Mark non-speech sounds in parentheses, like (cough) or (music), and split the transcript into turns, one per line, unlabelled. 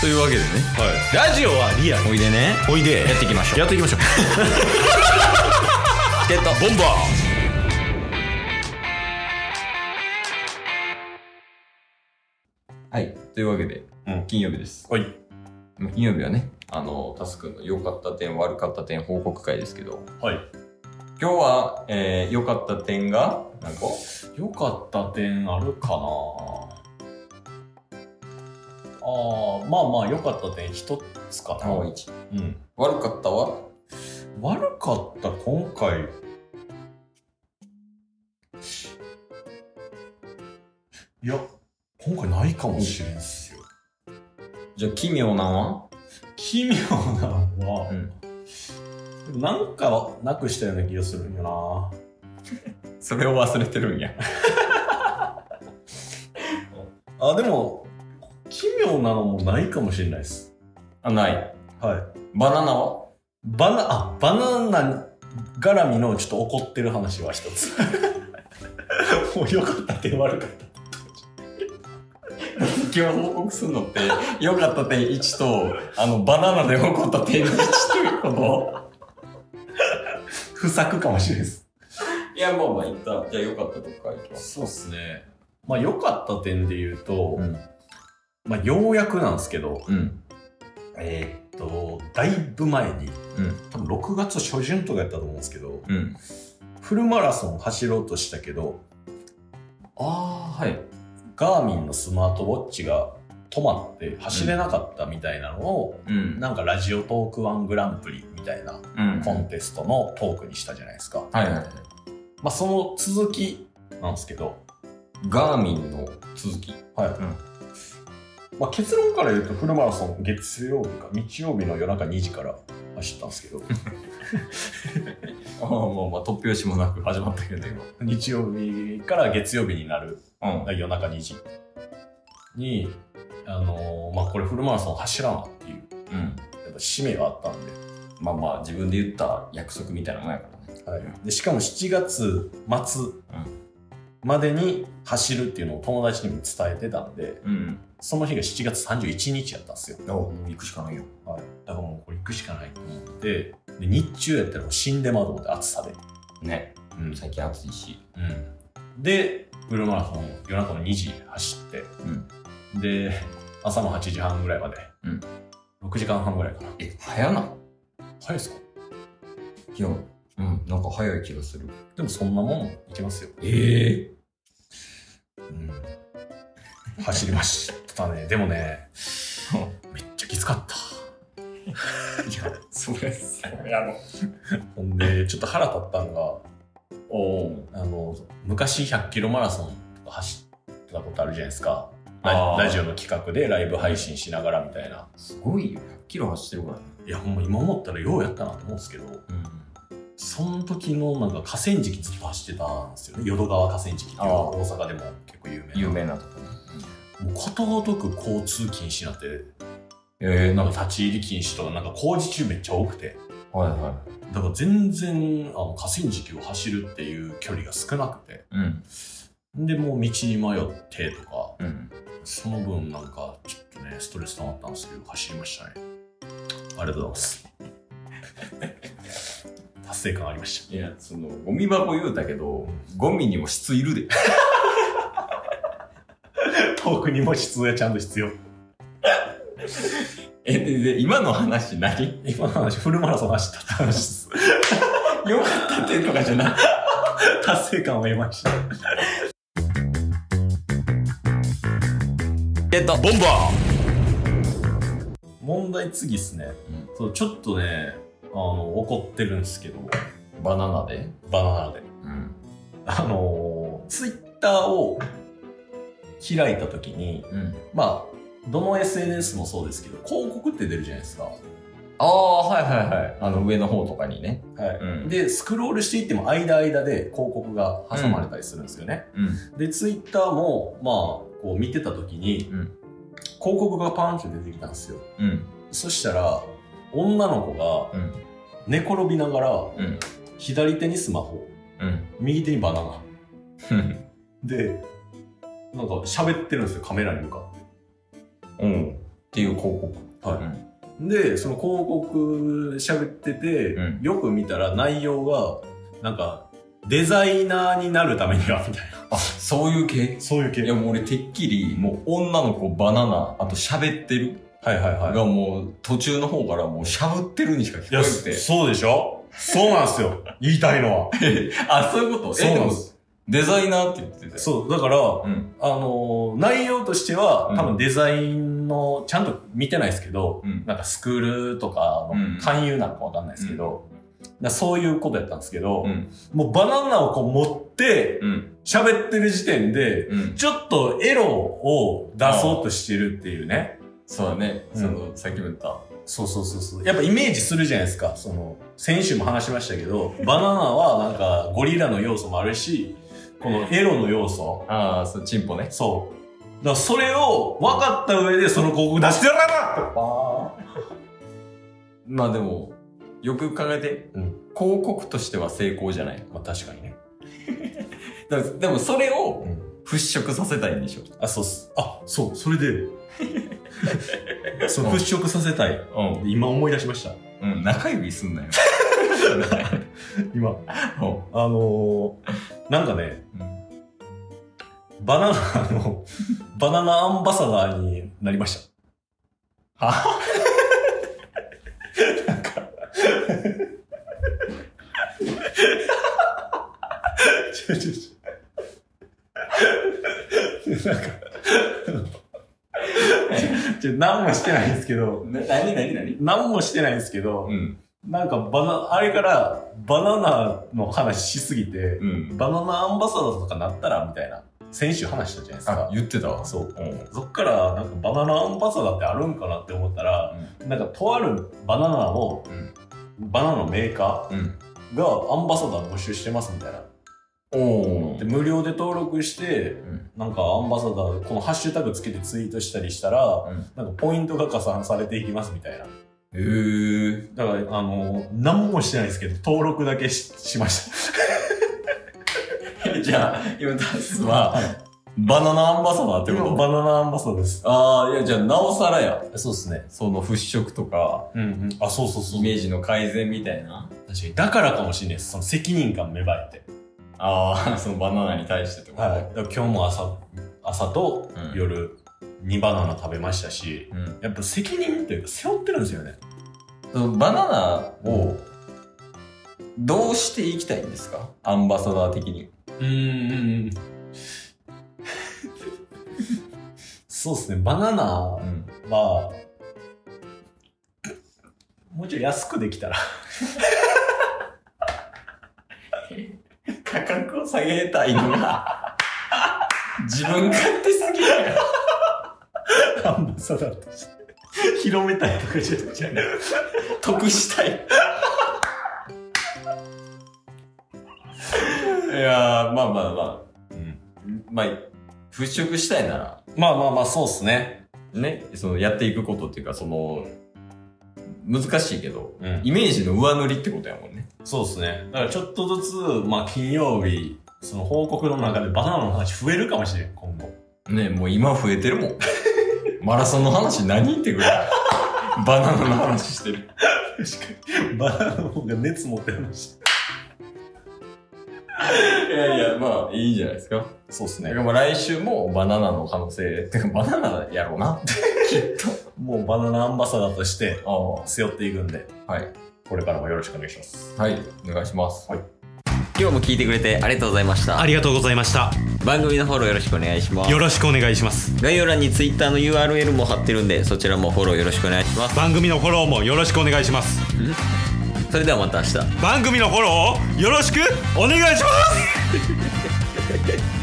というわけでね
ラジオはリアル
おいでね
おいで
やっていきましょう
やっていきましょう
チケットボンバーはいというわけで、
うん
金曜日です
はい
まあ金曜日はねあのタスクの良かった点悪かった点報告会ですけど
はい
今日は良、えー良かった点が何個
良かった点あるかなあーまあまあ良かった点一つかな、
青一
うん、
悪かったは
悪かった今回いや今回ないかもしれんっすよ
じゃあ奇妙なんは
奇妙なのは、
うん
でもなんかなくしたような気がするんよ
それを忘れてるんや
なあでも奇妙なのもないかもしれないです
あない
はい
バナナは
バナ、あ、バナナ絡みのちょっと怒ってる話は一 (laughs) つ。もう良かった点悪かった。
今日報告するの (laughs) って良かった点1とあのバナナで起こった点1ということ
不作かもしれないです。
いやまあまあいったじゃあ良かったとこからいきます
そうですね。まあ良かった点で言うと、
ん
まあようやくなんですけど、
うん
えーっと、だいぶ前に、
うん
多分6月初旬とかやったと思うんですけど、
うん
フルマラソン走ろうとしたけど、
ああはい
ガーミンのスマートウォッチが止まって走れなかったみたいなのを、
うん
なんかラジオトークワングランプリみたいな
うん
コンテストのトークにしたじゃないですか。
はいはいはい
まあ、その続きなんですけど、
ガーミンの続き
はい
ん
まあ、結論から言うとフルマラソン月曜日か日曜日の夜中2時から走ったんですけど
ああまあまあ突拍子もなく始まったけど今
日曜日から月曜日になる
うん
夜中2時に、あのーまあ、これフルマラソン走らなっていう
うん
やっぱ使命があったんで,、
まあまあ自分で言った約束みたいなもんやからね
はい、でしかも7月末までに走るっていうのを友達にも伝えてたんで
うん
その日が7月31日やったんですよ
おもう行くしかないよ
はい、だからもうこれ行くしかないと思ってで日中やったらもう死んでまうと思って暑さで、
ね
うん
最近暑いし
でフルマラソン夜中の2時走って、で朝の8時半ぐらいまで、
うん
6時間半ぐらいかな
え早ない
早いですか
いやうんなんか早い気がする
でもそんなもんいけますよ、
ええ
うん、走りましたねで
(laughs)
もねめっちゃきつかった
いや、それさ、やろ。
ほんでちょっと腹立ったのが
おお。
あの昔100キロマラソンとか走ってたことあるじゃないですかラ
あー
ラジオの企画でライブ配信しながらみたいな
すごいよ。100キロ走ってるからね。
いやほんま今思ったらようやったなと思うんですけどその時のなんか河川敷ずっと走ってたんですよね淀川河川敷っていうのは
あー
大阪でも結構有名な
有名なとこね。
もうことごとく交通禁止になって
ええ
なんか立ち入り禁止とかなんか工事中めっちゃ多くて
はいは
だから全然あの河川敷を走るっていう距離が少なくて
い。うん。
でもう道に迷ってとか
うん。
その分なんかちょっとねストレス溜まったんですけど走りましたねありがとうございます (laughs) 達成感ありまし
いや、その、ゴミ箱言うたけど、ゴミにも質いるで。 (laughs)
た遠くにも質がちゃんと必要
え、で、で今の話何 (laughs)
今の話フルマラソン走ったって話です (laughs)
よかったってとかじゃない。
達成感を得ま (laughs) した
えっと、ボンバー
問題次ですね、そうちょっとねあの怒ってるんですけど
バナナで
バナナで
うん。
あのツイッターを開いた時に
うん。
まあどの SNS もそうですけど広告って出るじゃないですか
ああ、はいはいはい。あの、上の方とかにね。
はい
うん
でスクロールしていっても間間で広告が挟まれたりするんですよね、
うん。
でツイッターもまあこう見てた時に、
うん
広告がパーンって出てきたんですよ
うん。
そしたら女の子
う
が
ん
寝転びながら、
うん。
左手にスマホ
うん。
右手にバナナ
うん。
でなんか喋ってるんですよカメラに向かって
(laughs) うん。っていう広告。
はい
うん
でその広告喋ってて、
う
よく見たら内容がなんかデザイナーになるためにはみたいな
あ、そういう系
(laughs) そういう系
いやもう俺てっきり、もう女の子バナナ、あと喋ってる
はいはいはい
がもう途中の方からもう喋ってるにしか聞こ
いや
え
そ
て
そうでしょそうなんですよ言いたいのは
あ、そういうことえ、でも
す
(laughs) デザイナーって言ってたよ。
そうだから、
うん。
あのー内容としては
うん
多分デザインのちゃんと見てないですけど、
うん。
なんかスクールとか
うん
の勧誘なんかわかんないですけど、なそういうことやったんですけど、
うん。
もうバナナをこう持って
うん。
喋ってる時点で
うん。
ちょっとエロを出そうとしてるっていうね
そうだね。
うん
その、さっきも言った。
そうそうそうそうやっぱイメージするじゃないですかその先週も話しましたけどバナナはなんかゴリラの要素もあるしこのエロの要素
ああ、そう、チンポね。
そう。だからそれを分かった上でその広告出してやらなと
(laughs) まあでも、よく考えて、
うん
広告としては成功じゃない。
まあ確かにね。
だでもそれを
うん。
払拭させたいんでしょ。
あ、そうっす。あ、そう、それで。 (laughs) そう、
うん
払拭させたい。
う
今思い出しました。
ん。うん。中指すん
(laughs)
なよ。
今。
うん
あのー、なんかね、
うん
バナナの、 (laughs) バナナアンバサダーになりました。
は
違う違う違う。なんか、ちょ、何もしてないんですけど、
な、なになになに
何もしてないんですけど、
うん。
なんかバナ、あれからバナナの話しすぎて、
うん。
バナナアンバサダーとかなったらみたいな、先週話したじゃないです
あ
か、。
言ってたわ。
そう。
うん。
そっから、なんかバナナアンバサダーってあるんかなって思ったら、なんかとあるバナナを、バナナのメーカ
うん。
ーがアンバサダー募集してますみたいな。
お
で、
ー。
無料で登録して、
うん。
なんかアンバサダー、このハッシュタグつけてツイートしたりしたら、
うん
なんかポイントが加算されていきますみたいな。
へー。
だから、あの、何もしてないですけど、登録だけししまし
(laughs)
た。
じゃあ、今出すは、バナナアンバサダーってこと
バナナアンバサダーです。
ああ、いや、じゃあ、なおさらや。
そうですね。
その払拭とか、
うんうん。あ、そうそうそ
イ
う。
メージの改善みたいな。
確かに。だからかもしれないです。その責任感芽生えて。
あ (laughs) あ、そのバナナに対してってこと
はい。だから今日も朝、朝と
うん
夜、煮バナナ食べましたし、
うん。
やっぱ責任っていうか背負ってるんですよね。
そのバナナを、どうしていきたいんですかアンバサダー的に。
うんうんうん。そうですね。バナナ
うん。
は、もうちょい安くできたら。 (laughs)
価格を下げたいのが、 (laughs) 自分勝手すぎるよ。
アンバサダーとして。広めたいとかじゃなくて。
得したい。いやー、まあまあま
うん
あ、まあ、払拭したいなら、
まあまあまあ、そうですね。
ね、そのやっていくことっていうか、その、難しいけど、
うん。
イメージの上塗りってことやもんね。
そうですね。だからちょっとずつ、まあ金曜日、その報告の中でバナナの話増えるかもしれん、今後。
ね、もう今増えてるも (laughs) ん。マラソンの話何ってぐらい。 (laughs) バナナの話してる。
確かに。バナナの方が熱持ってました。
いやいや、まあ、いいんじゃないですか。
そうです
だ
ね
か。らまあ来週もバナナの可能性、てかバナナやろうな。きっ
もうバナナアンバサダーとして
と。
背負っていくんで、
ああ。はい。
これからもよろしくお願いします。
はい、お願いします。
はい
今日も聞いてくれてありがとうございました。
りがとうございました。
番組のフォローよろしくお願いします。
ろしくお願いします。
概要欄に Twitter の URL も貼ってるんで、そちらもフォローよろしくお願いします。
番組のフォローもよろしくお願いします。
それではまた明日。
番組のフォローをよろしくお願いします